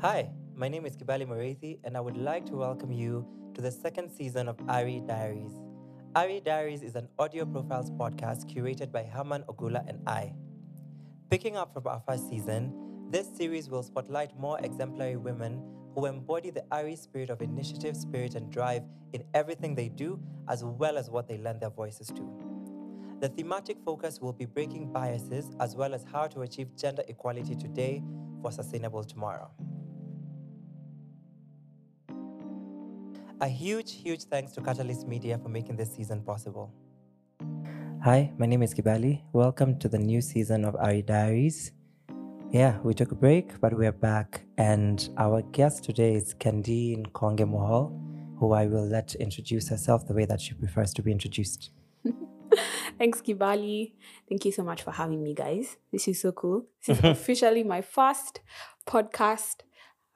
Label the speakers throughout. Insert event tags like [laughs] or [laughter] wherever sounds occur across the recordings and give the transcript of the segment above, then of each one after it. Speaker 1: Hi, my name is Kibali Morethi, and I would like to welcome you to the second season of Ari Diaries. Ari Diaries is an audio profiles podcast curated by Haman Ogula and I. Picking up from our first season, this series will spotlight more exemplary women who embody the Ari spirit of initiative, spirit, and drive in everything they do, as well as what they lend their voices to. The thematic focus will be breaking biases as well as how to achieve gender equality today for sustainable tomorrow. A huge, huge thanks to Catalyst Media for making this season possible. Hi, my name is Kibali. Welcome to the new season of Ari Diaries. Yeah, we took a break, but we are back. And our guest today is Candine Konge Mohol, who I will let introduce herself the way that she prefers to be [laughs] introduced.
Speaker 2: Thanks, Kibali. Thank you so much for having me, guys. This is so cool.
Speaker 1: [laughs]
Speaker 2: This is officially my first podcast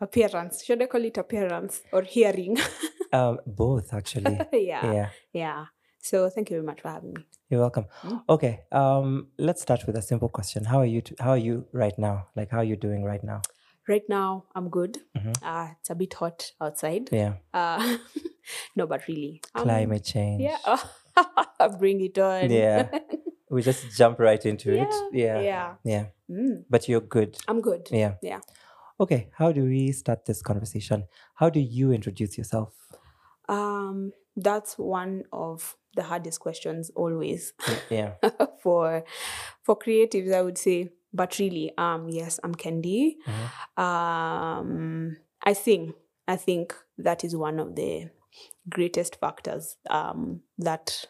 Speaker 2: appearance. Should I call it appearance or hearing? [laughs]
Speaker 1: Um, both, actually.
Speaker 2: yeah.
Speaker 1: [laughs] Yeah,
Speaker 2: Yeah. So thank you very much for having me.
Speaker 1: you're welcome.
Speaker 2: Mm.
Speaker 1: Okay, um, let's start with a simple question. How are you? T- how are you right now? Like, how are you doing right now?
Speaker 2: Right now, I'm good.
Speaker 1: Mhm.
Speaker 2: Uh, it's a bit hot outside.
Speaker 1: Yeah,
Speaker 2: Uh, [laughs] no, but really. um,
Speaker 1: climate change.
Speaker 2: [laughs] Yeah. [laughs] Bring it on. [laughs]
Speaker 1: Yeah. we just jump right into it. Yeah.
Speaker 2: Yeah, yeah.
Speaker 1: Yeah.
Speaker 2: Mm,
Speaker 1: But you're good.
Speaker 2: I'm good.
Speaker 1: Yeah.
Speaker 2: Yeah.
Speaker 1: Okay. How do we start this conversation? How do you introduce yourself?
Speaker 2: Um, that's one of the hardest questions always. [laughs]
Speaker 1: Yeah.
Speaker 2: for for creatives i would say but really um yes i'm candy
Speaker 1: Mhm.
Speaker 2: um i think i think that is one of the greatest factors um that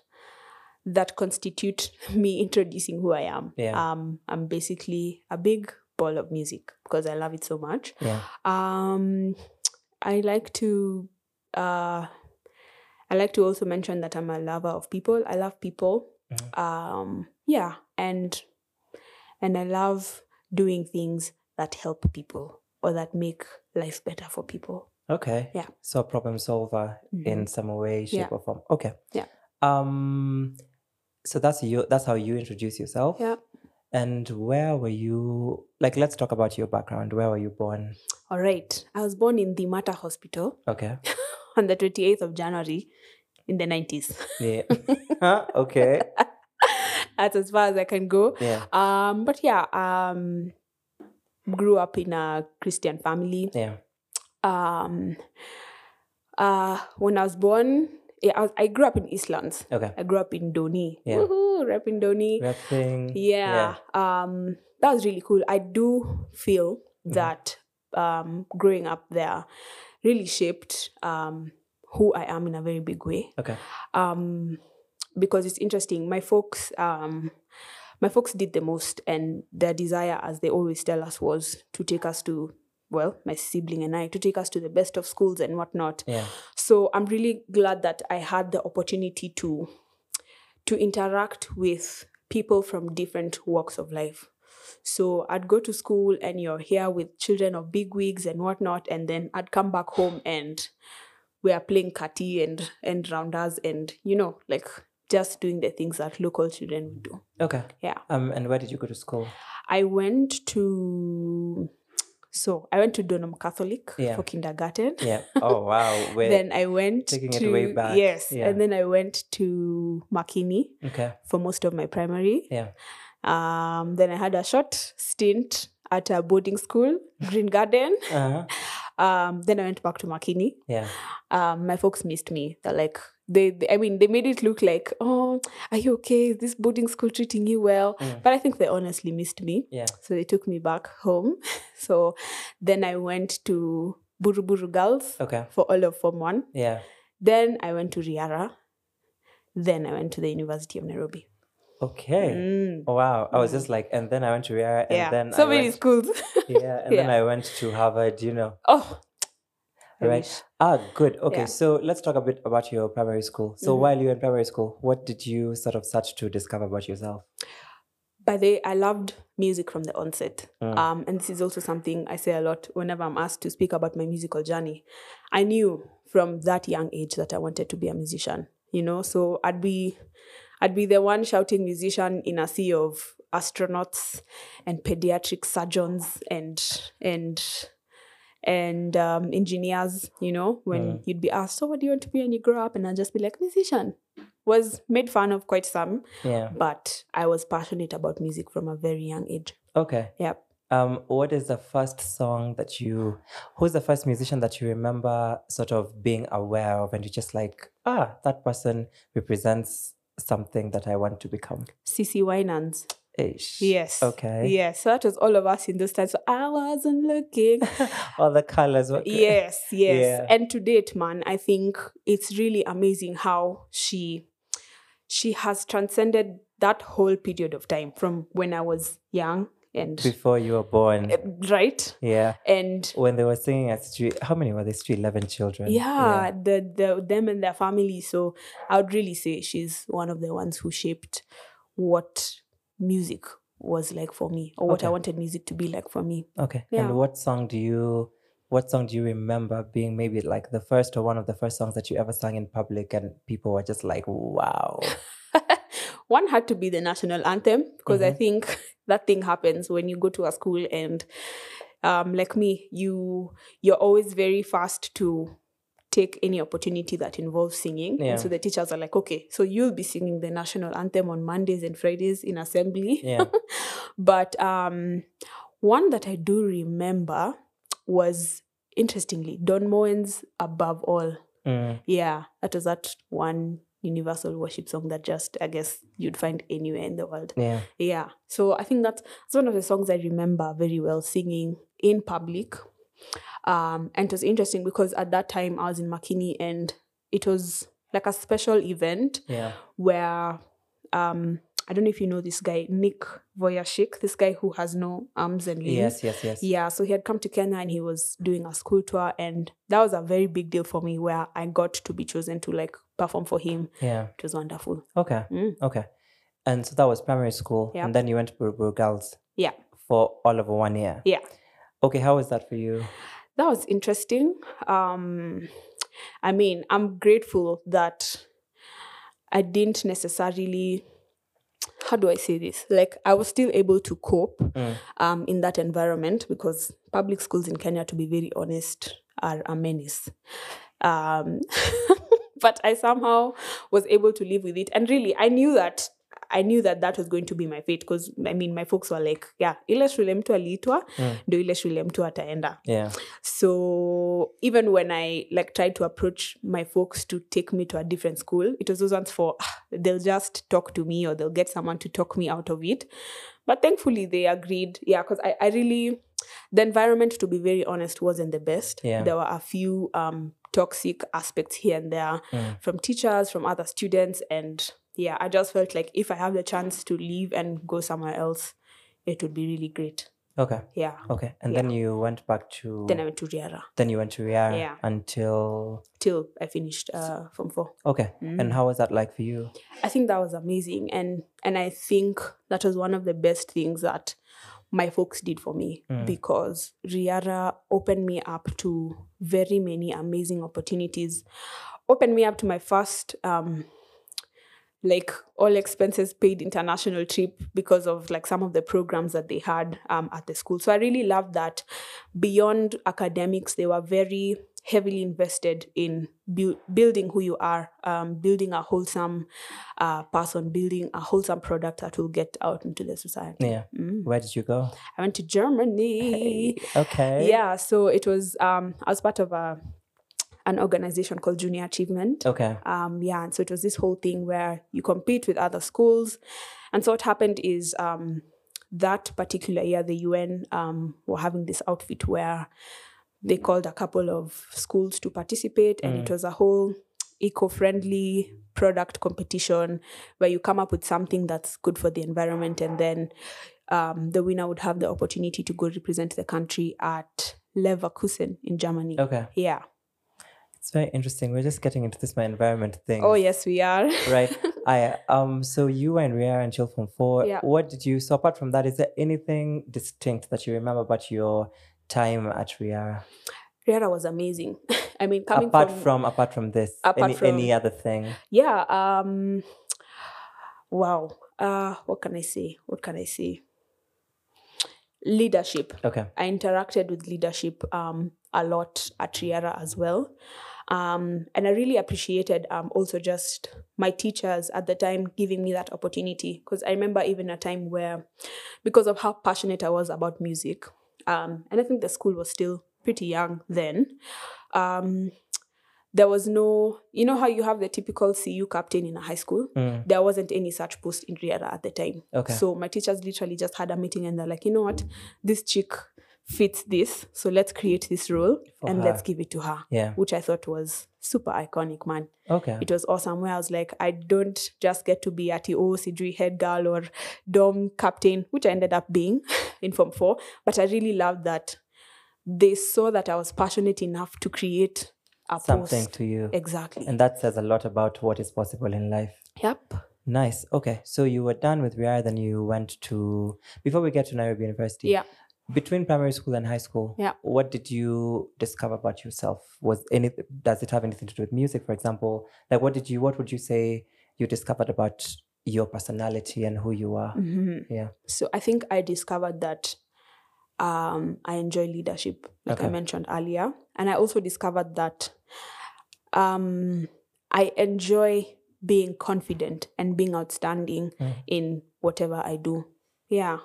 Speaker 2: that constitute [laughs] me introducing who i am
Speaker 1: Yeah.
Speaker 2: um i'm basically a big ball of music because i love it so much
Speaker 1: Yeah.
Speaker 2: um i like to uh i like to also mention that i'm a lover of people i love people
Speaker 1: Mhm.
Speaker 2: um yeah and and i love doing things that help people or that make life better for people Mm.
Speaker 1: Okay.
Speaker 2: Yeah. Mm-hmm.
Speaker 1: So a problem solver in some way, shape,
Speaker 2: Yeah.
Speaker 1: or form. Okay.
Speaker 2: Yeah.
Speaker 1: Um. So that's you. That's how you introduce yourself.
Speaker 2: yeah
Speaker 1: And where were you? Like, let's talk about your background. Where were you born?
Speaker 2: all right i was born in the mata hospital [laughs]
Speaker 1: Okay.
Speaker 2: on the 28th of january in the 90s
Speaker 1: Yeah. Huh? Okay.
Speaker 2: [laughs] that's as far as i can go
Speaker 1: Yeah.
Speaker 2: um but yeah um grew up in a christian family
Speaker 1: Yeah.
Speaker 2: um uh when i was born yeah, I, was, I grew up in eastlands [laughs]
Speaker 1: Okay.
Speaker 2: i grew up in doni
Speaker 1: Yeah.
Speaker 2: Woohoo, rep in doni
Speaker 1: Rapping.
Speaker 2: Mm-hmm. yeah, um that was really cool i do feel
Speaker 1: Mhm.
Speaker 2: that um growing up there really shaped um who i am in a very big way
Speaker 1: Okay.
Speaker 2: um because it's interesting my folks um my folks did the most and their desire as they always tell us was to take us to well my sibling and i to take us to the best of schools and whatnot
Speaker 1: Yeah.
Speaker 2: so i'm really glad that i had the opportunity to to interact with people from different walks of life so i'd go to school and you're here with children of big wigs and whatnot and then i'd come back home and we are playing kati and and rounders and you know like just doing the things that local children would do
Speaker 1: Okay.
Speaker 2: yeah
Speaker 1: Um. And where did you go to school?
Speaker 2: I went to so I went to Donham Catholic
Speaker 1: Yeah.
Speaker 2: for kindergarten.
Speaker 1: Yeah. Oh
Speaker 2: [laughs]
Speaker 1: wow. Wait.
Speaker 2: Then I went
Speaker 1: taking it
Speaker 2: to
Speaker 1: way back.
Speaker 2: yes,
Speaker 1: Yeah.
Speaker 2: and then I went to Makini
Speaker 1: okay.
Speaker 2: for most of my primary.
Speaker 1: Yeah.
Speaker 2: Um, then I had a short stint at a boarding
Speaker 1: [laughs]
Speaker 2: school, Green Garden.
Speaker 1: Uh-huh.
Speaker 2: Um, then I went back to Makini.
Speaker 1: Yeah.
Speaker 2: Um, my folks missed me. They're like they, they- I mean, they made it look like, oh, are you okay? Is this boarding school treating you well?
Speaker 1: Mm.
Speaker 2: But I think they honestly missed me.
Speaker 1: Yeah.
Speaker 2: So they took me back home. [laughs] So then I went to Buru Buru Girls
Speaker 1: Okay.
Speaker 2: for all of Form 1.
Speaker 1: Yeah.
Speaker 2: Then I went to Riara. Then I went to the University of Nairobi.
Speaker 1: Okay.
Speaker 2: Mm,
Speaker 1: Oh, wow. I was
Speaker 2: Mm.
Speaker 1: just like, and then I went to Riara, and
Speaker 2: yeah.
Speaker 1: then
Speaker 2: so
Speaker 1: I
Speaker 2: many
Speaker 1: went,
Speaker 2: schools. [laughs]
Speaker 1: yeah, and then
Speaker 2: Yeah.
Speaker 1: I went to Harvard. You know.
Speaker 2: oh. I
Speaker 1: Right.
Speaker 2: wish.
Speaker 1: Ah, good. Okay.
Speaker 2: Yeah.
Speaker 1: So let's talk a bit about your primary school. So
Speaker 2: Mhm.
Speaker 1: while you were in primary school, what did you sort of search to discover about yourself?
Speaker 2: But they, I loved music from the onset.
Speaker 1: Mm.
Speaker 2: Um, and this is also something I say a lot whenever I'm asked to speak about my musical journey. I knew from that young age that I wanted to be a musician, you know, so I'd be I'd be the one shouting musician in a sea of astronauts and pediatric surgeons and and and um, engineers, you know, when you'd be asked, So, what do you want to be when you grow up? And I'd just be like, musician. Was made fun of quite some,
Speaker 1: Yeah.
Speaker 2: but I was passionate about music from a very young age.
Speaker 1: Okay.
Speaker 2: Yep.
Speaker 1: Um, what is the first song that you, who's the first musician that you remember sort of being aware of and you're just like, ah, that person represents something that I want to become?
Speaker 2: CC Winans.
Speaker 1: Ish.
Speaker 2: Yes.
Speaker 1: Okay.
Speaker 2: Yes. So that was all of us in those times. So I wasn't
Speaker 1: [laughs]
Speaker 2: looking.
Speaker 1: All the colors were great.
Speaker 2: yes yes
Speaker 1: Yeah.
Speaker 2: and to date man i think it's really amazing how she she has transcended that whole period of time from when i was young and
Speaker 1: before you were born.
Speaker 2: eh, right
Speaker 1: Yeah.
Speaker 2: and
Speaker 1: When they were singing at street, how many were they? Street 11 children.
Speaker 2: yeah, the the them and their family so i would really say she's one of the ones who shaped what music was like for me or what i
Speaker 1: Okay.
Speaker 2: wanted music to be like for me
Speaker 1: Okay.
Speaker 2: Yeah.
Speaker 1: And what song do you what song do you remember being maybe like the first or one of the first songs that you ever sang in public and people were just like,
Speaker 2: [laughs]
Speaker 1: wow.
Speaker 2: one had to be the national anthem because
Speaker 1: Mm-hmm.
Speaker 2: I think [laughs] that thing happens when you go to a school and um, like me, you you're always very fast to take any opportunity that involves singing.
Speaker 1: Yeah.
Speaker 2: And so the teachers are like, okay, so you'll be singing the national anthem on Mondays and Fridays in assembly.
Speaker 1: Yeah.
Speaker 2: But um, one that I do remember was interestingly Don Moen's Above All.
Speaker 1: Mm,
Speaker 2: Yeah, that was that one universal worship song that just I guess you'd find anywhere in the world.
Speaker 1: yeah.
Speaker 2: Yeah. So I think that's, that's one of the songs I remember very well singing in public. Um, and it was interesting because at that time I was in Makini and it was like a special event
Speaker 1: Yeah.
Speaker 2: where um I don't know if you know this guy, Nick Voyashik, this guy who has no arms and
Speaker 1: Yes,
Speaker 2: limbs.
Speaker 1: yes, yes.
Speaker 2: Mm-hmm. Yeah, so he had come to Kenya and he was doing a school tour, and that was a very big deal for me where I got to be chosen to like perform for him.
Speaker 1: Yeah.
Speaker 2: It was wonderful.
Speaker 1: Okay.
Speaker 2: Mm.
Speaker 1: Okay. And so that was primary school.
Speaker 2: Yeah.
Speaker 1: And then you went to Buruburu Girls.
Speaker 2: Yeah.
Speaker 1: For all of one year.
Speaker 2: Yeah.
Speaker 1: Okay, how was that for you?
Speaker 2: That was interesting. Um, I mean, I'm grateful that I didn't necessarily. How do I say this? Like, I was still able to cope
Speaker 1: Mm.
Speaker 2: um, in that environment because public schools in Kenya, to be very honest, are a menace. Um, [laughs] but I somehow was able to live with it, and really, I knew that I knew that that was going to be my fate because I mean, my folks were like, "Yeah, ile shule mtu aliitwa
Speaker 1: Mm.
Speaker 2: ndio ile shule mtu ataenda."
Speaker 1: Yeah.
Speaker 2: So even when I like tried to approach my folks to take me to a different school, it was those ones for "Ah, they'll just talk to me or they'll get someone to talk me out of it. But thankfully they agreed. Yeah, because I, I really the environment to be very honest wasn't the best.
Speaker 1: Yeah.
Speaker 2: There were a few um toxic aspects here and there
Speaker 1: Mm.
Speaker 2: from teachers, from other students, and yeah, I just felt like if I have the chance to leave and go somewhere else, it would be really great.
Speaker 1: Okay.
Speaker 2: Yeah.
Speaker 1: Okay. And
Speaker 2: Yeah.
Speaker 1: then you went back to
Speaker 2: Then I went to Riara
Speaker 1: then you went to Riara
Speaker 2: Yeah.
Speaker 1: until
Speaker 2: till I finished uh, Form 4.
Speaker 1: Okay.
Speaker 2: Mm.
Speaker 1: And how was that like for you?
Speaker 2: I think that was amazing, and and I think that was one of the best things that my folks did for me
Speaker 1: Mm.
Speaker 2: because Riara opened me up to very many amazing opportunities, opened me up to my first. Um, like all expenses paid international trip because of like some of the programs that they had um, at the school. So I really loved that. Beyond academics, they were very heavily invested in buil- building who you are, um, building a wholesome uh, person, building a wholesome product that will get out into the society.
Speaker 1: Yeah.
Speaker 2: Mm.
Speaker 1: Where did you go?
Speaker 2: I went to Germany.
Speaker 1: Okay.
Speaker 2: Yeah, so it was um, I was part of a an organization called Junior Achievement.
Speaker 1: Okay.
Speaker 2: Um, yeah, and so it was this whole thing where you compete with other schools. And so what happened is um, that particular year, the UN um, were having this outfit where they called a couple of schools to participate, and it was a whole eco friendly product competition where you come up with something that's good for the environment, and then um, the winner would have the opportunity to go represent the country at Leverkusen in Germany.
Speaker 1: Okay.
Speaker 2: Yeah.
Speaker 1: It's very interesting. We're just getting into this my environment thing.
Speaker 2: Oh, yes, we are. [laughs]
Speaker 1: Right. I um so you were in Riara and Chill from four.
Speaker 2: Yeah.
Speaker 1: What did you so apart from that, is there anything distinct that you remember about your time at Riara?
Speaker 2: Rihanna was amazing. [laughs] I mean, coming
Speaker 1: apart
Speaker 2: from,
Speaker 1: from, apart from this.
Speaker 2: Apart
Speaker 1: any any
Speaker 2: from-
Speaker 1: other thing.
Speaker 2: yeah, um, wow. Uh, what can I say? What can I say? leadership.
Speaker 1: Okay.
Speaker 2: I interacted with leadership um, a lot at Riera as well. Um, and I really appreciated um, also just my teachers at the time giving me that opportunity. Because I remember even a time where, because of how passionate I was about music, um, and I think the school was still pretty young then, um, there was no, you know, how you have the typical CU captain in a high school?
Speaker 1: Mm.
Speaker 2: There wasn't any such post in Riera at the time.
Speaker 1: Okay.
Speaker 2: So my teachers literally just had a meeting and they're like, you know what, this chick fits this, so let's create this role
Speaker 1: For
Speaker 2: and
Speaker 1: her.
Speaker 2: let's give it to her,
Speaker 1: yeah.
Speaker 2: which I thought was super iconic, man.
Speaker 1: Okay.
Speaker 2: It was awesome. Where I was like, I don't just get to be at O Sidri head girl or dom captain, which I ended up being [laughs] in Form Four, but I really loved that they saw that I was passionate enough to create a
Speaker 1: Something
Speaker 2: post.
Speaker 1: to you.
Speaker 2: Exactly.
Speaker 1: And that says a lot about what is possible in life.
Speaker 2: yep.
Speaker 1: Nice. Okay. So you were done with Riara, then you went to before we get to Nairobi University.
Speaker 2: Yeah.
Speaker 1: Between primary school and high school,
Speaker 2: Yeah.
Speaker 1: what did you discover about yourself? Was any does it have anything to do with music, for example? Like what did you what would you say you discovered about your personality and who you are?
Speaker 2: Mhm.
Speaker 1: Yeah.
Speaker 2: So I think I discovered that um, I enjoy leadership, like I
Speaker 1: Okay.
Speaker 2: mentioned earlier. And I also discovered that um, I enjoy being confident and being outstanding
Speaker 1: Mm.
Speaker 2: in whatever I do. Yeah.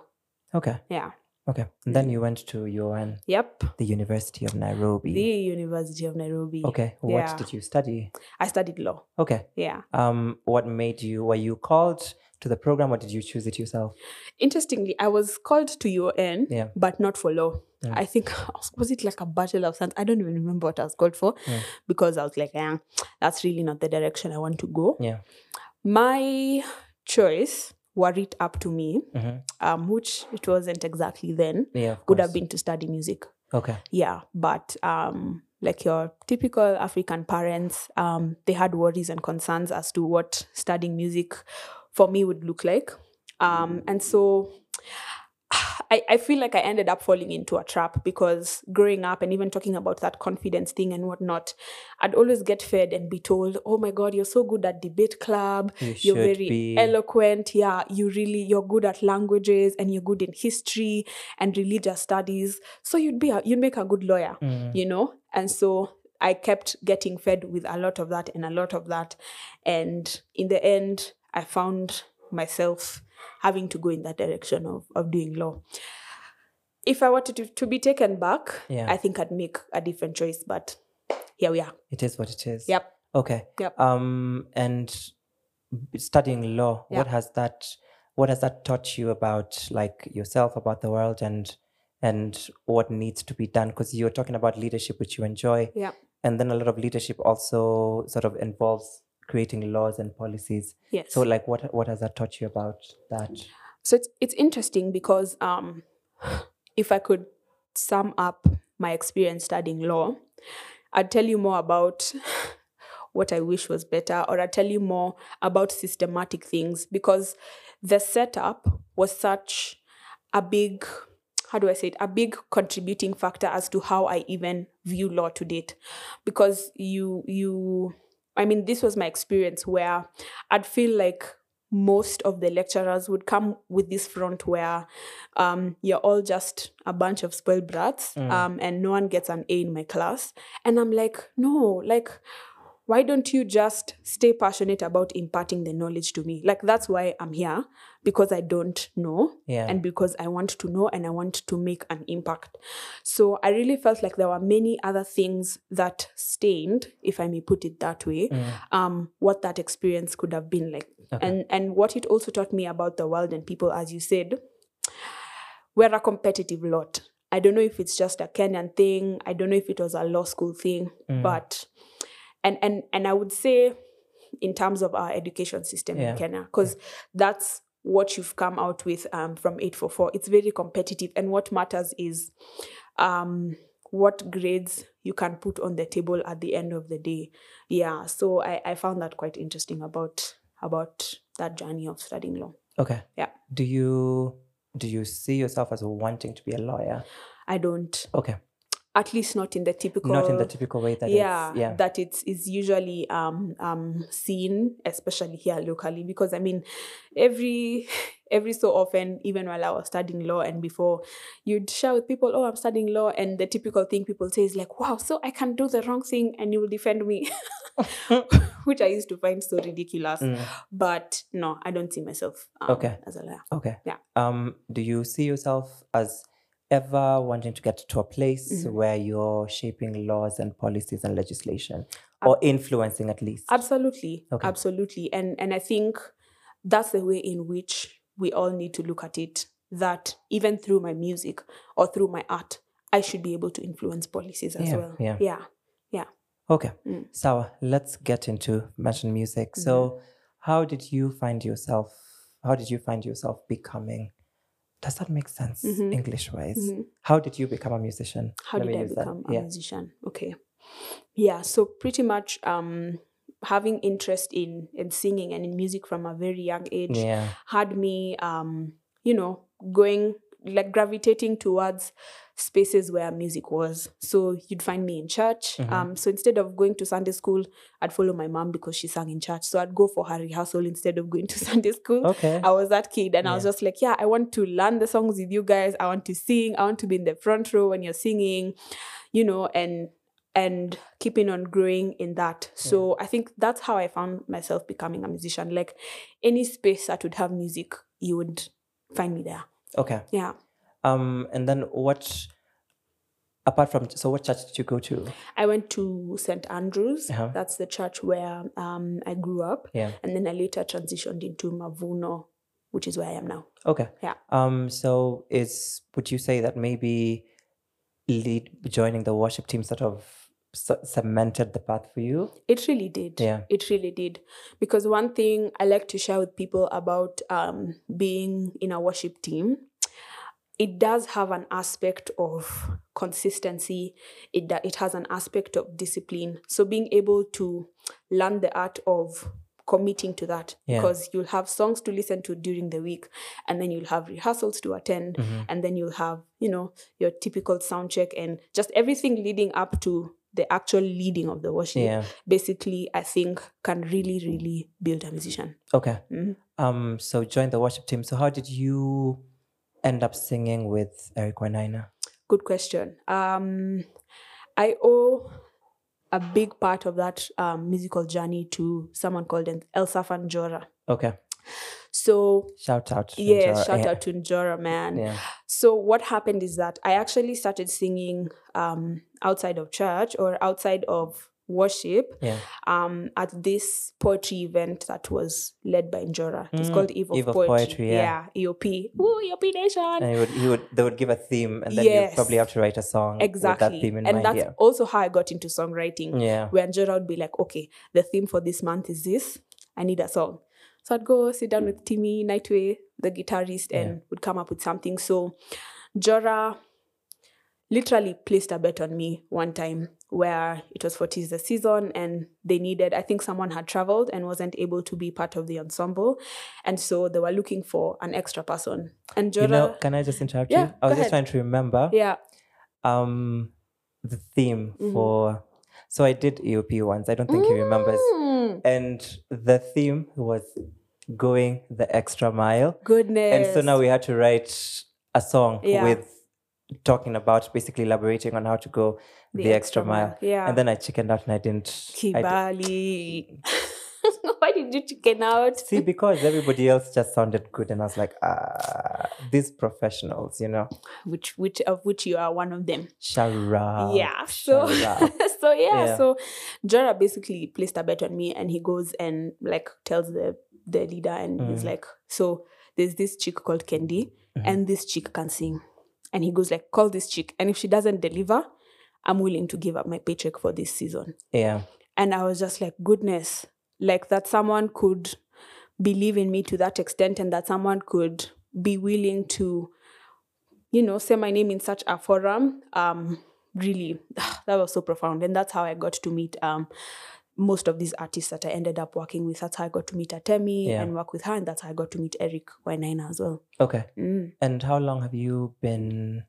Speaker 1: Okay.
Speaker 2: Mm. Yeah.
Speaker 1: Okay. And then you went to UN,
Speaker 2: Yep.
Speaker 1: the University of Nairobi.
Speaker 2: The University of Nairobi.
Speaker 1: Okay. What
Speaker 2: Yeah.
Speaker 1: did you study?
Speaker 2: I studied law.
Speaker 1: Okay.
Speaker 2: Yeah.
Speaker 1: Um, what made you were you called to the program or did you choose it yourself?
Speaker 2: Interestingly, I was called to UN,
Speaker 1: Yeah.
Speaker 2: but not for law.
Speaker 1: Mm.
Speaker 2: I think [laughs] was it like a battle of sons? I don't even remember what I was called for
Speaker 1: Mm.
Speaker 2: because I was like, yeah, that's really not the direction I want to go.
Speaker 1: Yeah.
Speaker 2: My choice were it up to me,
Speaker 1: hmm
Speaker 2: um, which it wasn't exactly then.
Speaker 1: Yeah. of
Speaker 2: Would have
Speaker 1: course.
Speaker 2: been to study music.
Speaker 1: Okay.
Speaker 2: Yeah, but um, like your typical African parents, um, they had worries and concerns as to what studying music for me would look like. Um, and so I, I feel like I ended up falling into a trap because growing up and even talking about that confidence thing and whatnot, I'd always get fed and be told, oh my God, you're so good at debate club
Speaker 1: You
Speaker 2: you're
Speaker 1: should
Speaker 2: very
Speaker 1: be.
Speaker 2: eloquent yeah you really you're good at languages and you're good in history and religious studies so you'd be a, you'd make a good lawyer
Speaker 1: Mm.
Speaker 2: you know and so i kept getting fed with a lot of that and a lot of that and in the end i found myself having to go in that direction of, of doing law if i were to, to, to be taken back
Speaker 1: Yeah.
Speaker 2: i think i'd make a different choice but here we are
Speaker 1: It is what it is.
Speaker 2: yep
Speaker 1: Okay.
Speaker 2: Yep.
Speaker 1: Um, and b- studying law, what
Speaker 2: Yeah.
Speaker 1: has that, what has that taught you about like yourself, about the world, and and what needs to be done? Because you're talking about leadership, which you enjoy.
Speaker 2: Yeah.
Speaker 1: And then a lot of leadership also sort of involves creating laws and policies.
Speaker 2: yes
Speaker 1: So, like, what what has that taught you about that?
Speaker 2: So it's it's interesting because um, if I could sum up my experience studying law, I'd tell you more about what I wish was better, or I'd tell you more about systematic things because the setup was such a big how do I say it? A big contributing factor as to how I even view law to date. Because you you I mean this was my experience where I'd feel like most of the lecturers would come with this front where um, you're all just a bunch of spoiled brats
Speaker 1: Mm.
Speaker 2: um, and no one gets an A in my class. And I'm like, no, like, why don't you just stay passionate about imparting the knowledge to me? Like, that's why I'm here because I don't know
Speaker 1: Yeah.
Speaker 2: and because I want to know and I want to make an impact. So I really felt like there were many other things that stained, if I may put it that way,
Speaker 1: Mm,
Speaker 2: um, what that experience could have been like.
Speaker 1: Okay.
Speaker 2: And and what it also taught me about the world and people, as you said, we're a competitive lot. I don't know if it's just a Kenyan thing. I don't know if it was a law school thing,
Speaker 1: Mm.
Speaker 2: but and and and I would say in terms of our education system
Speaker 1: Yeah.
Speaker 2: in Kenya, because that's what you've come out with um, from 844. It's very competitive, and what matters is um, what grades you can put on the table at the end of the day. Yeah, so I, I found that quite interesting about about that journey of studying law.
Speaker 1: okay.
Speaker 2: Yeah.
Speaker 1: Do you do you see yourself as wanting to be a lawyer?
Speaker 2: I don't,
Speaker 1: Okay.
Speaker 2: at least not in the typical.
Speaker 1: Not in the typical way that
Speaker 2: yeah,
Speaker 1: it's, yeah.
Speaker 2: that it's is usually um um seen especially here locally because i mean every [laughs] every so often, even while I was studying law and before, you'd share with people, oh, I'm studying law. And the typical thing people say is like, wow, so I can do the wrong thing and you will
Speaker 1: [laughs]
Speaker 2: defend me, [laughs] which I used to find so ridiculous.
Speaker 1: Mm.
Speaker 2: But no, I don't see myself um,
Speaker 1: Okay.
Speaker 2: as a lawyer.
Speaker 1: Okay.
Speaker 2: Yeah.
Speaker 1: Um, do you see yourself as ever wanting to get to a place
Speaker 2: Mhm.
Speaker 1: where you're shaping laws and policies and legislation, or influencing at least?
Speaker 2: Absolutely.
Speaker 1: Okay.
Speaker 2: Absolutely. And and I think that's the way in which we all need to look at it. That even through my music or through my art, I should be able to influence policies as
Speaker 1: Yeah,
Speaker 2: well.
Speaker 1: yeah.
Speaker 2: Yeah.
Speaker 1: Okay.
Speaker 2: Mm.
Speaker 1: So let's get into mentioned music.
Speaker 2: Mhm.
Speaker 1: So, how did you find yourself? How did you find yourself becoming? Does that make sense,
Speaker 2: Mhm.
Speaker 1: English wise?
Speaker 2: Mhm.
Speaker 1: How did you become a musician?
Speaker 2: How
Speaker 1: Let
Speaker 2: did
Speaker 1: me
Speaker 2: I
Speaker 1: use that.
Speaker 2: become a
Speaker 1: Yeah.
Speaker 2: musician? Okay. Yeah, so pretty much um having interest in in singing and in music from a very young age
Speaker 1: Yeah.
Speaker 2: had me um you know going like gravitating towards spaces where music was so you'd find me in church
Speaker 1: Mhm.
Speaker 2: um so instead of going to sunday school i'd follow my mom because she sang in church so i'd go for her rehearsal instead of going to [laughs] sunday school
Speaker 1: Okay.
Speaker 2: I was that kid, and I was
Speaker 1: Yeah.
Speaker 2: just like, yeah, I want to learn the songs with you guys. I want to sing. I want to be in the front row when you're singing, you know, and and keeping on growing in that. So I think that's how I found myself becoming a musician. Like any space that would have music, you would find me there.
Speaker 1: Okay.
Speaker 2: Yeah.
Speaker 1: Um, and then what? Apart from so, what church did you go to?
Speaker 2: I went to St. Andrews.
Speaker 1: Uh-huh.
Speaker 2: That's the church where um, I grew up.
Speaker 1: Yeah.
Speaker 2: And then I later transitioned into Mavuno, which is where I am now.
Speaker 1: Okay.
Speaker 2: Yeah.
Speaker 1: Um. So is would you say that maybe lead joining the worship team sort of c- cemented the path for you?
Speaker 2: It really did.
Speaker 1: Yeah.
Speaker 2: It really did. Because one thing I like to share with people about um, being in a worship team, it does have an aspect of consistency, it, do- it has an aspect of discipline. So being able to learn the art of committing to that
Speaker 1: Yeah.
Speaker 2: because you'll have songs to listen to during the week and then you'll have rehearsals to attend
Speaker 1: Mhm.
Speaker 2: and then you'll have you know your typical sound check and just everything leading up to the actual leading of the worship
Speaker 1: Yeah.
Speaker 2: basically I think can really, really build a musician.
Speaker 1: Okay.
Speaker 2: Mhm.
Speaker 1: Um. So joined the worship team. So how did you end up singing with Eric Wanaina?
Speaker 2: Good question. Um, I owe a big part of that um, musical journey to someone called Elsa Fanjora.
Speaker 1: Okay.
Speaker 2: So
Speaker 1: Shout out. to
Speaker 2: yeah,
Speaker 1: Njara-
Speaker 2: shout out to Njora, man.
Speaker 1: Yeah.
Speaker 2: So what happened is that I actually started singing um, outside of church or outside of worship
Speaker 1: Yeah.
Speaker 2: um, at this poetry event that was led by Njora. It's
Speaker 1: Mm,
Speaker 2: called Eve of,
Speaker 1: Eve of
Speaker 2: Poetry. E
Speaker 1: Poetry, yeah.
Speaker 2: EOP. Woo, EOP Nation.
Speaker 1: And he would, he would, they would give a theme, and then you probably
Speaker 2: Yes.
Speaker 1: have to write a song with that
Speaker 2: exactly.
Speaker 1: theme in
Speaker 2: and
Speaker 1: mind.
Speaker 2: that's
Speaker 1: yeah.
Speaker 2: also how I got into songwriting.
Speaker 1: Yeah.
Speaker 2: Where Njora would be like, okay, the theme for this month is this. I need a song. So I'd go sit down with Timmy Nightway, the guitarist, and
Speaker 1: Yeah.
Speaker 2: would come up with something. So Njora literally placed a bet on me one time where it was for tis the season and they needed i think someone had traveled and wasn't able to be part of the ensemble and so they were looking for an extra person and Jora,
Speaker 1: You know, can I just interrupt
Speaker 2: Yeah,
Speaker 1: you? I was
Speaker 2: go
Speaker 1: just
Speaker 2: ahead.
Speaker 1: trying to remember
Speaker 2: yeah
Speaker 1: um the theme
Speaker 2: Mhm.
Speaker 1: for. So I did EOP once. I don't think he remembers.
Speaker 2: Mm,
Speaker 1: And the theme was going the extra mile.
Speaker 2: goodness
Speaker 1: And so now we had to write a song
Speaker 2: Yeah.
Speaker 1: with talking about basically elaborating on how to go the, extra, mile.
Speaker 2: yeah
Speaker 1: And then I chickened out and I didn't. I di-
Speaker 2: kibali [laughs] why did you chicken out
Speaker 1: See, because everybody else just sounded good, and I was like, ah, these professionals, you know,
Speaker 2: which which of which you are one of them
Speaker 1: Sharab.
Speaker 2: Yeah, so-
Speaker 1: Sharab.
Speaker 2: [laughs] so yeah,
Speaker 1: Yeah.
Speaker 2: so Jara basically placed a bet on me and he goes and like tells the the leader and he's
Speaker 1: Mm.
Speaker 2: like, So there's this chick called Kendi
Speaker 1: Mhm.
Speaker 2: and this chick can sing. And he goes like, Call this chick. And if she doesn't deliver, I'm willing to give up my paycheck for this season.
Speaker 1: yeah,
Speaker 2: And I was just like, goodness, like that someone could believe in me to that extent and that someone could be willing to, you know, say my name in such a forum. Um, really, [sighs] that was so profound. And that's how I got to meet um most of these artists that I ended up working with. That's how I got to meet Atemi
Speaker 1: Yeah.
Speaker 2: and work with her, and that's how I got to meet Eric Wainaina as well.
Speaker 1: okay.
Speaker 2: Mm.
Speaker 1: And how long have you been?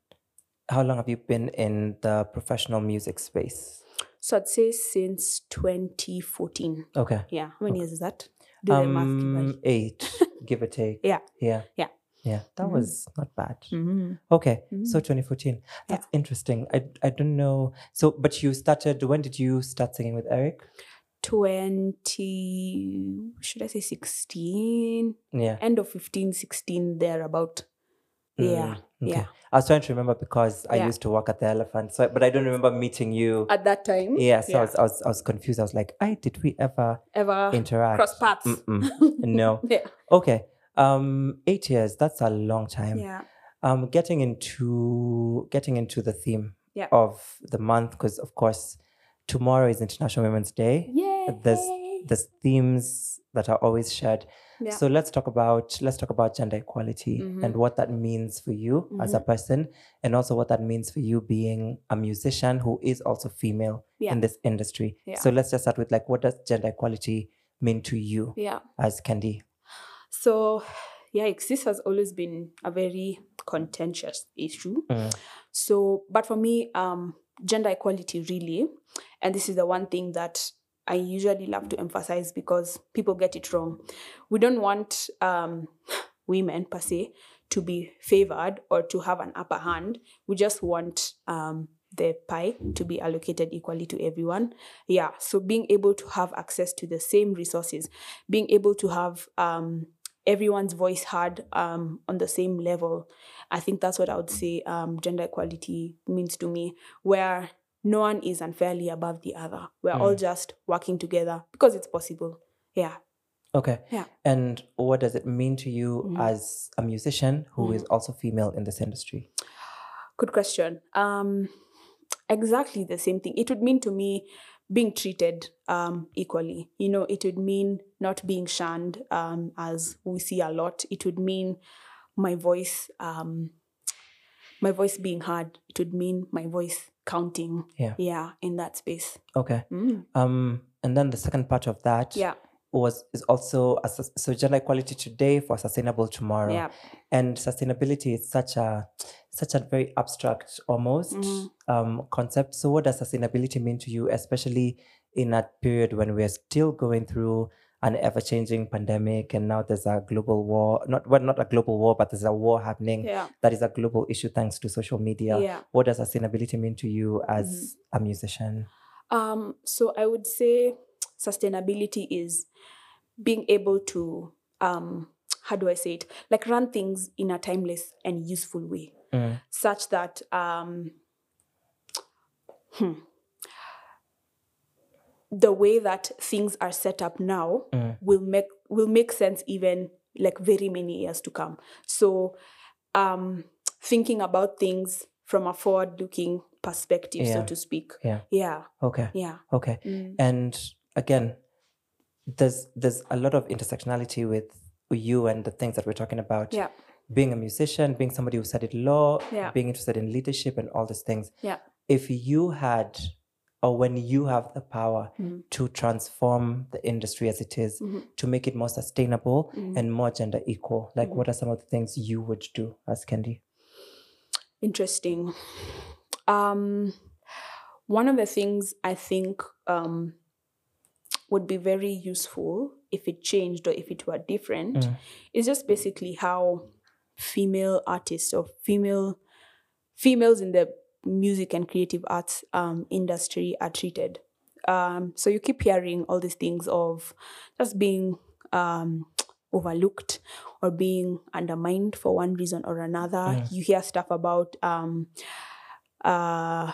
Speaker 1: How long have you been in the professional music space?
Speaker 2: So I'd say since 2014.
Speaker 1: Okay, Um,
Speaker 2: Yeah. How many years is that? Do the math, Kibali. [laughs]
Speaker 1: eight, give or take.
Speaker 2: Yeah.
Speaker 1: yeah,
Speaker 2: Yeah.
Speaker 1: Yeah, that
Speaker 2: Mhm.
Speaker 1: was not bad.
Speaker 2: Mhm.
Speaker 1: Okay, so 2014. That's interesting. I, I don't know. So, but you started, when did you start singing with Eric?
Speaker 2: 20 should i say 16
Speaker 1: Yeah.
Speaker 2: end of 15 16 thereabout yeah yeah
Speaker 1: Mm. I was trying to remember because I
Speaker 2: Yeah.
Speaker 1: used to work at the Elephant, so but I don't remember meeting you.
Speaker 2: at that time
Speaker 1: yeah, so I,
Speaker 2: yeah.
Speaker 1: was, I was I was confused. I was like, I did we ever
Speaker 2: ever [laughs]
Speaker 1: interact?
Speaker 2: cross paths
Speaker 1: Mm-mm. No.
Speaker 2: yeah
Speaker 1: Okay. Um, eight years. That's a long time.
Speaker 2: yeah
Speaker 1: um getting into getting into the theme
Speaker 2: Yeah.
Speaker 1: of the month because of course tomorrow is international women's day
Speaker 2: yeah
Speaker 1: there's there's themes that are always shared
Speaker 2: Yeah.
Speaker 1: so let's talk about let's talk about gender equality and
Speaker 2: Mhm.
Speaker 1: what that means for you as a
Speaker 2: Mm-hmm.
Speaker 1: person and also what that means for you being a musician who is also female
Speaker 2: Yeah.
Speaker 1: in this industry
Speaker 2: Yeah.
Speaker 1: so let's just start with like what does gender equality mean to you
Speaker 2: yeah
Speaker 1: as candy
Speaker 2: So, yikes, this has always been a very contentious issue.
Speaker 1: Mm.
Speaker 2: So, but for me, um, gender equality really, and this is the one thing that I usually love to emphasize because people get it wrong. We don't want um, women per se to be favored or to have an upper hand. We just want um, the pie to be allocated equally to everyone. Yeah, so being able to have access to the same resources, being able to have um, everyone's voice heard um, on the same level. I think that's what I would say um, gender equality means to me, where no one is unfairly above the other. We're all just working together because it's possible. Yeah.
Speaker 1: Okay.
Speaker 2: Yeah. Mm-hmm.
Speaker 1: And what does it mean to you as a musician who is also female in this industry?
Speaker 2: Good question. Um, exactly the same thing. It would mean to me being treated um, equally. You know, it would mean not being shunned um, as we see a lot. It would mean my voice, um, my voice being heard. It would mean my voice counting.
Speaker 1: Yeah.
Speaker 2: Yeah, in that space.
Speaker 1: Okay.
Speaker 2: Mm.
Speaker 1: Um, and then the second part of that
Speaker 2: Yeah.
Speaker 1: was is also a, sus- so gender equality today for sustainable tomorrow.
Speaker 2: Yeah.
Speaker 1: And sustainability is such a such a very abstract almost
Speaker 2: Mhm.
Speaker 1: um, concept. So what does sustainability mean to you, especially in a period when we are still going through an ever-changing pandemic and now there's a global war not well not a global war but there's a war happening
Speaker 2: Yeah.
Speaker 1: that is a global issue thanks to social media.
Speaker 2: Yeah. Mm-hmm.
Speaker 1: What does sustainability mean to you as a musician?
Speaker 2: Um, so I would say sustainability is being able to um how do I say it? Like run things in a timeless and useful way,
Speaker 1: Mm.
Speaker 2: such that um hmm, the way that things are set up now
Speaker 1: Mm.
Speaker 2: will make will make sense even like very many years to come. So um thinking about things from a forward looking perspective, so
Speaker 1: Yeah.
Speaker 2: to speak.
Speaker 1: Yeah.
Speaker 2: Yeah.
Speaker 1: Okay.
Speaker 2: Yeah.
Speaker 1: Okay.
Speaker 2: Mm.
Speaker 1: And again, there's there's a lot of intersectionality with you and the things that we're talking about.
Speaker 2: Yeah.
Speaker 1: Being a musician, being somebody who studied law,
Speaker 2: Yeah.
Speaker 1: being interested in leadership and all these things.
Speaker 2: Yeah.
Speaker 1: If you had or when you have the power
Speaker 2: Mhm.
Speaker 1: to transform the industry as it is,
Speaker 2: Mhm.
Speaker 1: to make it more sustainable
Speaker 2: Mhm.
Speaker 1: and more gender equal, like
Speaker 2: Mhm.
Speaker 1: what are some of the things you would do as Candy?
Speaker 2: Interesting. Um, one of the things I think um, would be very useful if it changed or if it were different
Speaker 1: Mm.
Speaker 2: is just basically how female artists or female females in the music and creative arts um, industry are treated. Um, so you keep hearing all these things of just being um, overlooked or being undermined for one reason or another. You hear stuff about um, uh,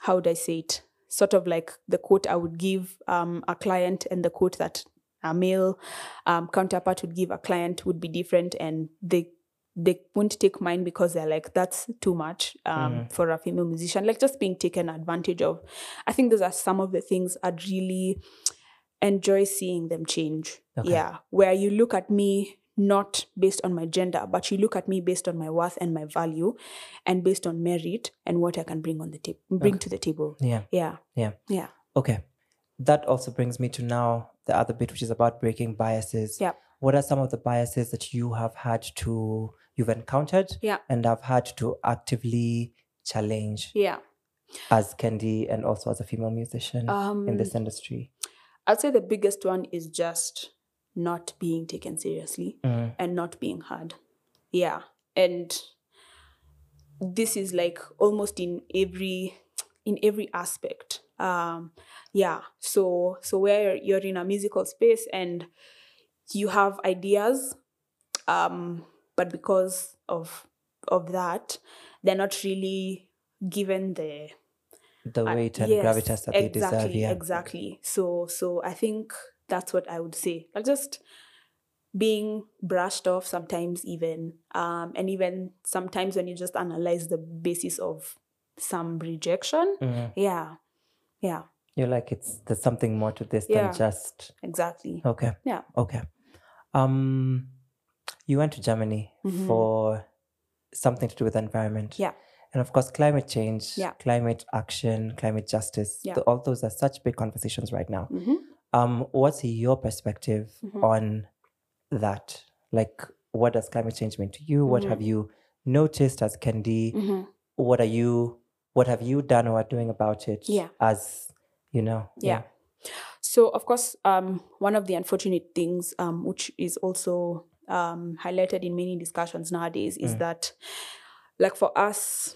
Speaker 2: how would I say it? Sort of like the quote I would give um, a client and the quote that a male um, counterpart would give a client would be different, and they they won't take mine because they're like that's too much um, for a female musician. Like just being taken advantage of. I think those are some of the things I'd really enjoy seeing them change.
Speaker 1: Okay.
Speaker 2: Yeah, where you look at me not based on my gender, but you look at me based on my worth and my value, and based on merit and what I can bring on the table, bring to the table.
Speaker 1: Yeah.
Speaker 2: Yeah,
Speaker 1: Yeah.
Speaker 2: yeah,
Speaker 1: Okay. That also brings me to now the other bit, which is about breaking biases.
Speaker 2: Yeah.
Speaker 1: What are some of the biases that you have had to, you've encountered
Speaker 2: Yeah.
Speaker 1: and have had to actively challenge
Speaker 2: yeah.
Speaker 1: as Candy and also as a female musician in
Speaker 2: Um,
Speaker 1: this industry?
Speaker 2: I'd say the biggest one is just not being taken seriously
Speaker 1: Mm,
Speaker 2: and not being heard. yeah and this is like almost in every in every aspect um yeah so so where you're in a musical space and you have ideas um but because of of that they're not really given the
Speaker 1: The
Speaker 2: I-
Speaker 1: weight and
Speaker 2: yes,
Speaker 1: gravitas that they
Speaker 2: exactly,
Speaker 1: deserve. Yeah.
Speaker 2: Exactly. So so I think that's what I would say. Like just being brushed off sometimes even um and even sometimes when you just analyze the basis of some rejection.
Speaker 1: Mhm.
Speaker 2: Yeah. Yeah,
Speaker 1: You're like it's there's something more to this
Speaker 2: Yeah.
Speaker 1: than just
Speaker 2: exactly.
Speaker 1: okay.
Speaker 2: Yeah.
Speaker 1: Okay. Um, you went to Germany
Speaker 2: Mhm.
Speaker 1: for something to do with environment.
Speaker 2: Yeah.
Speaker 1: And of course, climate change,
Speaker 2: Yeah.
Speaker 1: climate action, climate justice.
Speaker 2: Yeah.
Speaker 1: th- all those are such big conversations right now.
Speaker 2: hmm
Speaker 1: Um, what's your perspective
Speaker 2: Mhm.
Speaker 1: on that? Like, what does climate change mean to you? What
Speaker 2: Mhm.
Speaker 1: have you noticed as Kendi?
Speaker 2: hmm
Speaker 1: What are you? What have you done or are doing about it?
Speaker 2: Yeah.
Speaker 1: As you know.
Speaker 2: Yeah. So, of course, um, one of the unfortunate things, um, which is also um, highlighted in many discussions nowadays, is
Speaker 1: Mm.
Speaker 2: that, like for us,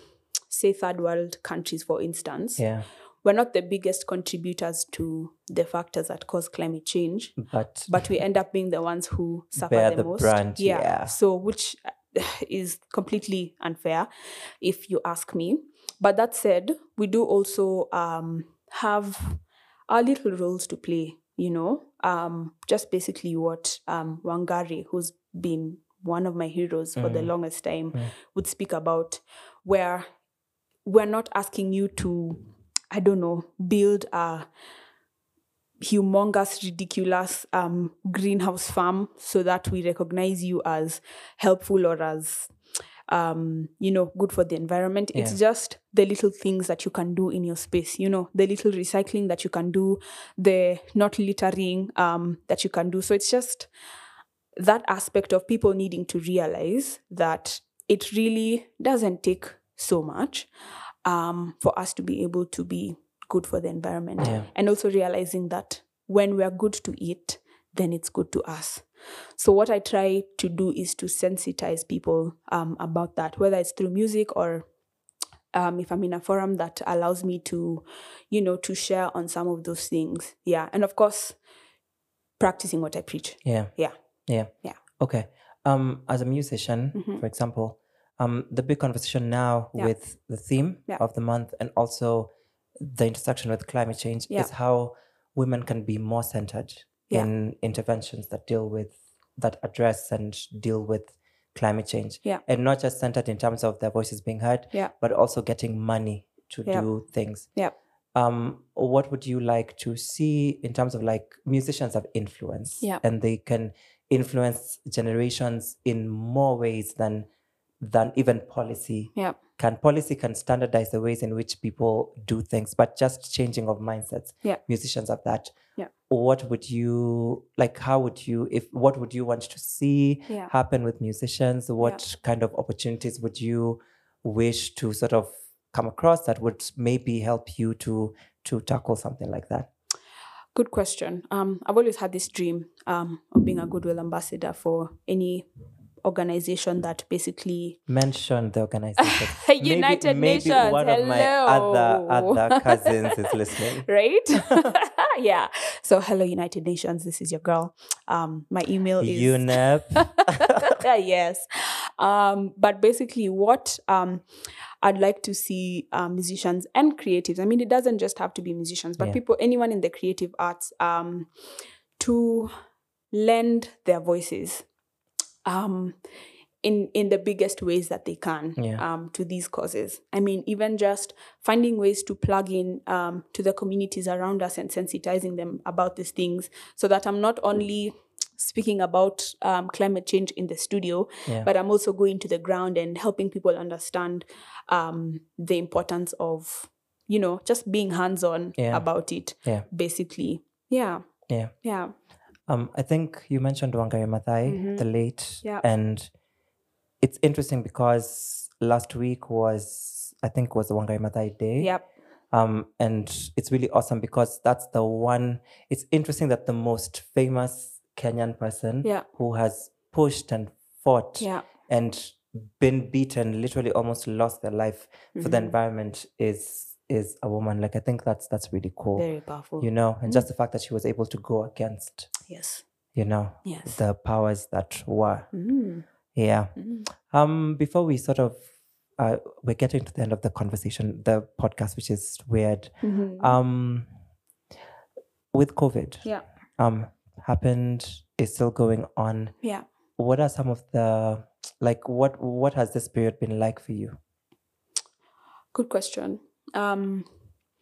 Speaker 2: say third world countries, for instance,
Speaker 1: Yeah.
Speaker 2: we're not the biggest contributors to the factors that cause climate change,
Speaker 1: But.
Speaker 2: but we end up being the ones who suffer
Speaker 1: Bear
Speaker 2: the,
Speaker 1: the
Speaker 2: most.
Speaker 1: brunt, yeah.
Speaker 2: So, which uh, [laughs] is completely unfair, if you ask me. But that said, we do also um, have our little roles to play. You know, um, just basically what um, Wangari, who's been one of my heroes for the
Speaker 1: Mm.
Speaker 2: longest time,
Speaker 1: Mm.
Speaker 2: would speak about, where we're not asking you to, I don't know, build a humongous, ridiculous um, greenhouse farm so that we recognize you as helpful or as, um, you know, good for the environment. It's just the little things that you can do in your space, you know, the little recycling that you can do, the not littering um, that you can do. So it's just that aspect of people needing to realize that it really doesn't take so much um, for us to be able to be good for the environment
Speaker 1: Yeah.
Speaker 2: and also realizing that when we are good to it then it's good to us so what i try to do is to sensitize people um, about that whether it's through music or um, if i'm in a forum that allows me to you know to share on some of those things yeah and of course practicing what i preach
Speaker 1: Yeah.
Speaker 2: Yeah.
Speaker 1: Yeah.
Speaker 2: Yeah.
Speaker 1: Okay. Um, as a musician,
Speaker 2: Mhm.
Speaker 1: for example, um, the big conversation now
Speaker 2: Yeah.
Speaker 1: with the theme
Speaker 2: Yeah.
Speaker 1: of the month and also the intersection with climate change
Speaker 2: Yeah.
Speaker 1: is how women can be more centered
Speaker 2: Yeah.
Speaker 1: in interventions that deal with that address and deal with climate change.
Speaker 2: Yeah.
Speaker 1: And not just centered in terms of their voices being heard,
Speaker 2: Yeah.
Speaker 1: but also getting money to
Speaker 2: Yeah.
Speaker 1: do things.
Speaker 2: Yeah.
Speaker 1: um, what would you like to see in terms of like musicians have influence
Speaker 2: Yeah.
Speaker 1: and they can influence generations in more ways than than even policy
Speaker 2: Yeah.
Speaker 1: can policy can standardize the ways in which people do things but just changing of mindsets
Speaker 2: Yeah.
Speaker 1: musicians have that
Speaker 2: Yeah.
Speaker 1: what would you like how would you if what would you want to see
Speaker 2: Yeah.
Speaker 1: happen with musicians what kind of opportunities would you wish to sort of come across that would maybe help you to to tackle something like that
Speaker 2: Good question. Um, I've always had this dream um, of being a goodwill ambassador for any organization that basically
Speaker 1: mention the
Speaker 2: [laughs]
Speaker 1: organization
Speaker 2: United
Speaker 1: maybe
Speaker 2: Nations.
Speaker 1: one of my other
Speaker 2: Hello.
Speaker 1: other cousins is listening
Speaker 2: [laughs] right?
Speaker 1: [laughs]
Speaker 2: [laughs] yeah. So hello United Nations, this is your girl. Um, my email is [laughs]
Speaker 1: UNEP.
Speaker 2: yes. Um, but basically, what um, I'd like to see uh, musicians and creatives, I mean, it doesn't just have to be musicians, but
Speaker 1: Yeah.
Speaker 2: people, anyone in the creative arts, um, to lend their voices. Um, in, in the biggest ways that they can
Speaker 1: Yeah.
Speaker 2: um, to these causes. I mean, even just finding ways to plug in um, to the communities around us and sensitizing them about these things so that I'm not only speaking about um, climate change in the studio,
Speaker 1: Yeah.
Speaker 2: but I'm also going to the ground and helping people understand um, the importance of, you know, just being hands on
Speaker 1: Yeah.
Speaker 2: about it,
Speaker 1: Yeah.
Speaker 2: basically. Yeah.
Speaker 1: Yeah.
Speaker 2: Yeah.
Speaker 1: Um, I think you mentioned Wangari Maathai,
Speaker 2: Mhm.
Speaker 1: the late,
Speaker 2: Yeah.
Speaker 1: and it's interesting because last week was, I think, was the Wangari Maathai Day.
Speaker 2: Yep.
Speaker 1: Um, and it's really awesome because that's the one. It's interesting that the most famous Kenyan person
Speaker 2: Yeah.
Speaker 1: who has pushed and fought
Speaker 2: Yeah.
Speaker 1: and been beaten, literally almost lost their life for the
Speaker 2: Mhm.
Speaker 1: environment is is a woman. Like I think that's that's really cool.
Speaker 2: Very powerful.
Speaker 1: you know, and
Speaker 2: Mm.
Speaker 1: just the fact that she was able to go against,
Speaker 2: Yes.
Speaker 1: you know,
Speaker 2: Yes.
Speaker 1: the powers that were.
Speaker 2: Mm,
Speaker 1: Yeah.
Speaker 2: mm.
Speaker 1: Um, before we sort of uh, we're getting to the end of the conversation, the podcast, which is weird.
Speaker 2: Mhm.
Speaker 1: Um, with COVID,
Speaker 2: Yeah.
Speaker 1: um, happened is still going on.
Speaker 2: Yeah.
Speaker 1: What are some of the like what what has this period been like for you?
Speaker 2: Good question. Um,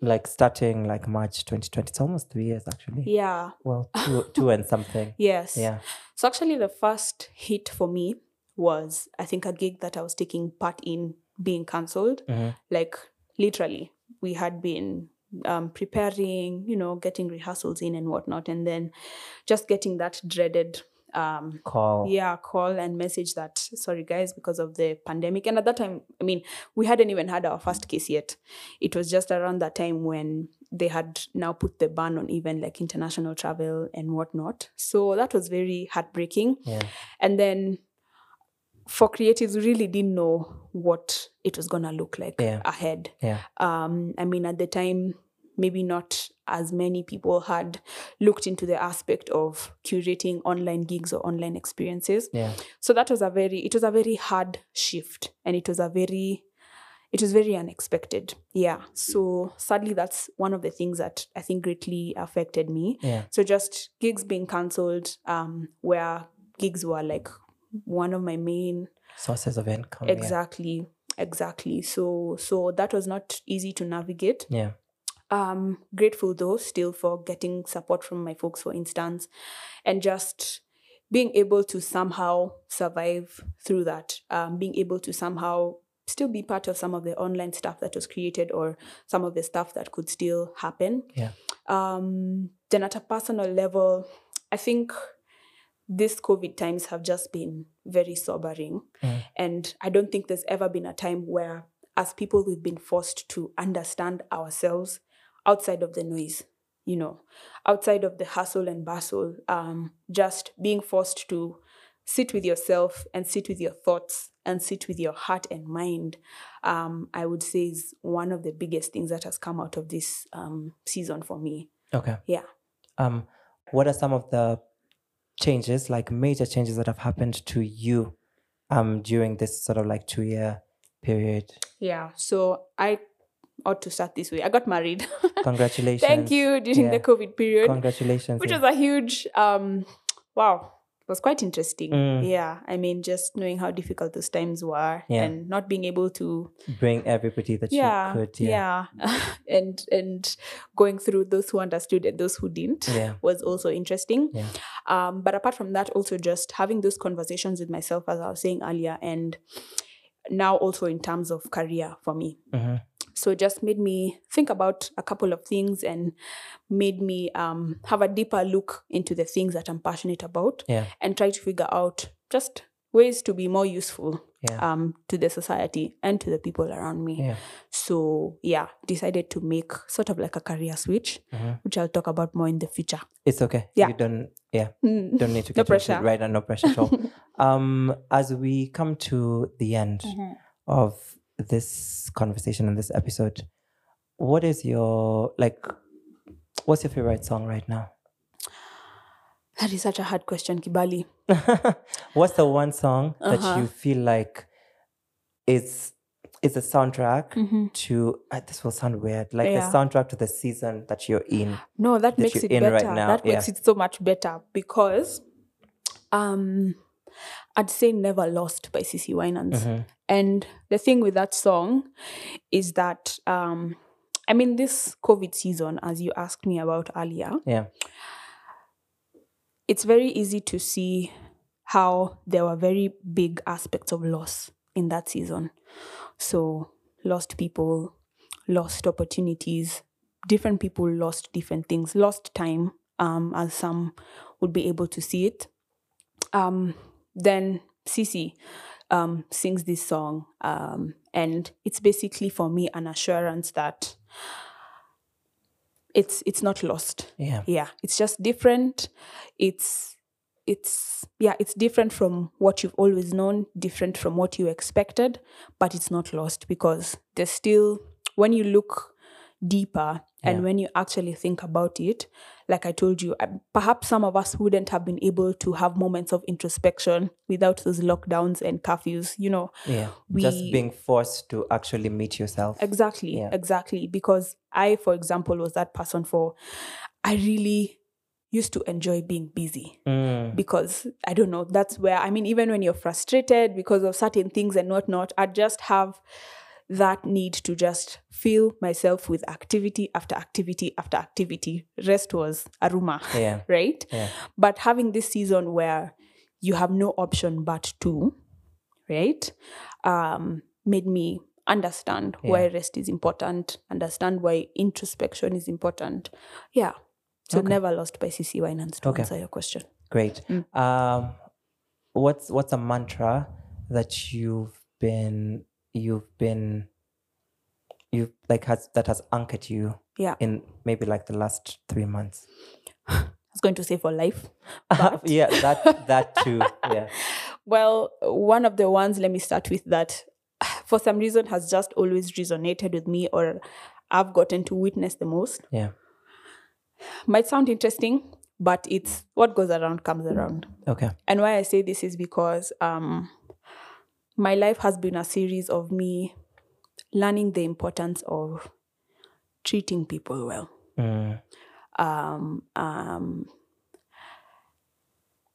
Speaker 1: Like starting like March 2020, it's almost three years actually.
Speaker 2: yeah.
Speaker 1: Well,
Speaker 2: [laughs]
Speaker 1: two, two and something.
Speaker 2: Yes.
Speaker 1: Yeah.
Speaker 2: So actually, the first hit for me was I think a gig that I was taking part in being cancelled.
Speaker 1: Mhm.
Speaker 2: Like literally, we had been um, preparing, you know, getting rehearsals in and whatnot, and then just getting that dreaded. Um,
Speaker 1: Call.
Speaker 2: yeah call and message that sorry guys because of the pandemic and at that time i mean we hadn't even had our first case yet it was just around that time when they had now put the ban on even like international travel and whatnot so that was very heartbreaking
Speaker 1: Yeah.
Speaker 2: and then for creatives we really didn't know what it was gonna look like
Speaker 1: Yeah.
Speaker 2: ahead
Speaker 1: Yeah.
Speaker 2: um i mean at the time maybe not as many people had looked into the aspect of curating online gigs or online experiences
Speaker 1: Yeah.
Speaker 2: so that was a very it was a very hard shift and it was a very it was very unexpected yeah so sadly that's one of the things that i think greatly affected me
Speaker 1: Yeah.
Speaker 2: so just gigs being cancelled um where gigs were like one of my main
Speaker 1: Sources of income. Oh, yeah.
Speaker 2: exactly exactly so so that was not easy to navigate
Speaker 1: Yeah.
Speaker 2: um grateful though still for getting support from my folks for instance and just being able to somehow survive through that um, being able to somehow still be part of some of the online stuff that was created or some of the stuff that could still happen
Speaker 1: Yeah.
Speaker 2: um then at a personal level i think these covid times have just been very sobering
Speaker 1: Mm.
Speaker 2: and i don't think there's ever been a time where as people we've been forced to understand ourselves outside of the noise you know outside of the hustle and bustle um, just being forced to sit with yourself and sit with your thoughts and sit with your heart and mind um, i would say is one of the biggest things that has come out of this um, season for me
Speaker 1: Okay.
Speaker 2: Yeah.
Speaker 1: Um, what are some of the changes, like major changes that have happened to you um during this sort of like two year
Speaker 2: [laughs]
Speaker 1: period?
Speaker 2: yeah so i ought to start this way i got married
Speaker 1: Congratulations.
Speaker 2: [laughs] thank you during
Speaker 1: Yeah.
Speaker 2: the covid period
Speaker 1: Congratulations.
Speaker 2: which
Speaker 1: yeah.
Speaker 2: was a huge um wow it was quite interesting
Speaker 1: Mm.
Speaker 2: yeah i mean just knowing how difficult those times were
Speaker 1: Yeah.
Speaker 2: and not being able to
Speaker 1: Bring everybody that
Speaker 2: yeah
Speaker 1: you could. Yeah.
Speaker 2: yeah, [laughs] and and going through those who understood and those who didn't
Speaker 1: Yeah.
Speaker 2: was also interesting
Speaker 1: Yeah.
Speaker 2: um but apart from that also just having those conversations with myself as i was saying earlier and now also in terms of career for me
Speaker 1: Mhm.
Speaker 2: so it just made me think about a couple of things and made me um, have a deeper look into the things that I'm passionate about [laughs]
Speaker 1: Yeah.
Speaker 2: and try to figure out just ways to be more useful
Speaker 1: Yeah.
Speaker 2: um, to the society and to the people around me.
Speaker 1: Yeah.
Speaker 2: So yeah, decided to make sort of like a career switch,
Speaker 1: Mhm.
Speaker 2: which I'll talk about more in the future.
Speaker 1: It's okay.
Speaker 2: Yeah.
Speaker 1: You don't yeah,
Speaker 2: Mm.
Speaker 1: don't need to
Speaker 2: [laughs] No
Speaker 1: get into it
Speaker 2: pressure.
Speaker 1: right now, no pressure
Speaker 2: [laughs]
Speaker 1: at all. um as we come to the end of this conversation and this episode, what is your like what's your favorite song right now? [laughs]
Speaker 2: That is such a hard question, Kibali.
Speaker 1: What's the one song that
Speaker 2: Uh-huh.
Speaker 1: you feel like is is a soundtrack
Speaker 2: Mhm.
Speaker 1: to uh, this will sound weird like
Speaker 2: Yeah.
Speaker 1: the soundtrack to the season that you're in.
Speaker 2: No, that,
Speaker 1: that
Speaker 2: makes
Speaker 1: you're
Speaker 2: it
Speaker 1: in
Speaker 2: better.
Speaker 1: right now,
Speaker 2: That makes it so much better because um I'd say Never Lost by CC Winans.
Speaker 1: Mhm.
Speaker 2: And the thing with that song is that um I mean this COVID season, as you asked me about earlier,
Speaker 1: Yeah.
Speaker 2: it's very easy to see how there were very big aspects of loss in that season. So, lost people, lost opportunities, different people lost different things, lost time, um, as some would be able to see it. Um, then Sisi um, sings this song, um, and it's basically for me an assurance that it's it's not lost
Speaker 1: Yeah.
Speaker 2: yeah it's just different it's it's yeah it's different from what you've always known different from what you expected but it's not lost because there's still when you look deeper and
Speaker 1: Yeah.
Speaker 2: when you actually think about it like i told you I- perhaps some of us wouldn't have been able to have moments of introspection without those lockdowns and curfews you know
Speaker 1: Yeah. Just
Speaker 2: We-
Speaker 1: being forced to actually meet yourself.
Speaker 2: Exactly,
Speaker 1: Yeah.
Speaker 2: exactly. Because I, for example, was that person for I really used to enjoy being busy
Speaker 1: Mm,
Speaker 2: because I don't know, that's where I mean, even when you're frustrated because of certain things and whatnot, I just have that need to just fill myself with activity after activity after activity. Rest was aruma,
Speaker 1: yeah.
Speaker 2: right?
Speaker 1: Yeah.
Speaker 2: But having this season where you have no option but to, right, um, made me understand
Speaker 1: Yeah.
Speaker 2: why rest is important, understand why introspection is important. Yeah. So
Speaker 1: Okay.
Speaker 2: never lost by CC Winans to
Speaker 1: Okay.
Speaker 2: answer your question.
Speaker 1: Great.
Speaker 2: Mm.
Speaker 1: Um, what's what's a mantra that you've been you've been you like has that has anchored you
Speaker 2: Yeah.
Speaker 1: in maybe like the last three months?
Speaker 2: I was going to say for life.
Speaker 1: [laughs]
Speaker 2: But
Speaker 1: yeah, that
Speaker 2: [laughs]
Speaker 1: that too. Yeah.
Speaker 2: well, one of the ones, let me start with that [sighs] for some reason has just always resonated with me or I've gotten to witness the most.
Speaker 1: Yeah.
Speaker 2: Might sound interesting, but it's what goes around comes around.
Speaker 1: Okay.
Speaker 2: And why I say this is because um, my life has been a series of me learning the importance of treating people well.
Speaker 1: Mm,
Speaker 2: Um, um,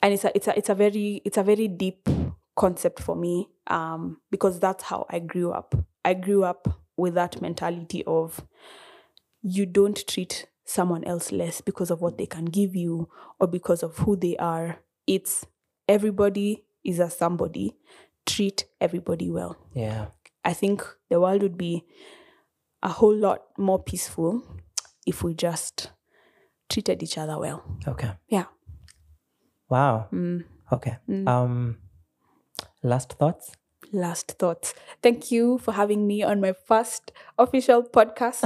Speaker 2: and it's a, it's a it's a very it's a very deep concept for me um, because that's how I grew up. I grew up with that mentality of you don't treat someone else less because of what they can give you or because of who they are. It's everybody is a somebody. Treat everybody well.
Speaker 1: yeah.
Speaker 2: I think the world would be a whole lot more peaceful if we just treated each other well.
Speaker 1: Okay.
Speaker 2: Yeah.
Speaker 1: Wow.
Speaker 2: Mm.
Speaker 1: Okay.
Speaker 2: Mm.
Speaker 1: Um last
Speaker 2: [laughs]
Speaker 1: thoughts?
Speaker 2: Last thoughts. Thank you for having me on my first official
Speaker 1: [laughs]
Speaker 2: podcast.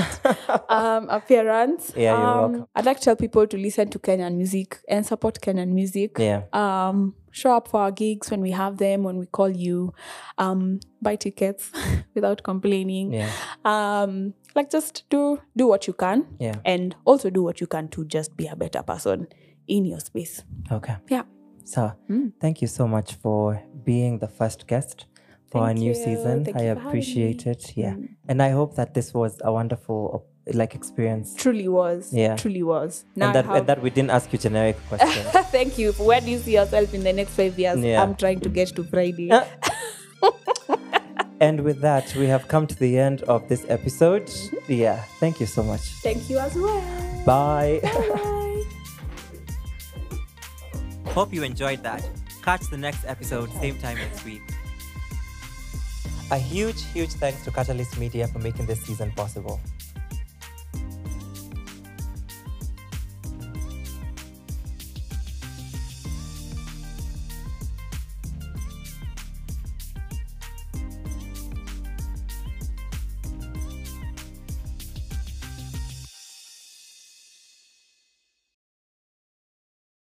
Speaker 2: um, appearance.
Speaker 1: Yeah, you're
Speaker 2: um,
Speaker 1: welcome.
Speaker 2: I'd like to tell people to listen to Kenyan music and support Kenyan music.
Speaker 1: yeah.
Speaker 2: Um, show up for our gigs when we have them, when we call you. Um, buy tickets [laughs] without complaining.
Speaker 1: Yeah.
Speaker 2: Um, like just do do what you can,
Speaker 1: Yeah.
Speaker 2: and also do what you can to just be a better person in your space.
Speaker 1: Okay.
Speaker 2: Yeah.
Speaker 1: So
Speaker 2: Mm.
Speaker 1: thank you so much for being the first guest for our
Speaker 2: Thank
Speaker 1: new
Speaker 2: you.
Speaker 1: season.
Speaker 2: Thank
Speaker 1: I
Speaker 2: you for having
Speaker 1: appreciate
Speaker 2: me.
Speaker 1: it. Yeah.
Speaker 2: Mm.
Speaker 1: And I hope that this was a wonderful uh, like experience.
Speaker 2: Truly was.
Speaker 1: Yeah.
Speaker 2: Truly was. Now I
Speaker 1: and that
Speaker 2: have-
Speaker 1: and that we didn't ask you generic [laughs] questions.
Speaker 2: [laughs] Thank you. Where do you see yourself in the next five years?
Speaker 1: Yeah. Uh.
Speaker 2: I'm trying to get to Friday.
Speaker 1: and with that, we have come to the end of this episode. Yeah. Thank you so much.
Speaker 2: Thank you as well.
Speaker 1: Bye.
Speaker 2: Bye.
Speaker 1: [laughs] Hope you enjoyed that. Catch the next episode same time next week. A huge, huge thanks to Catalyst Media for making this season possible.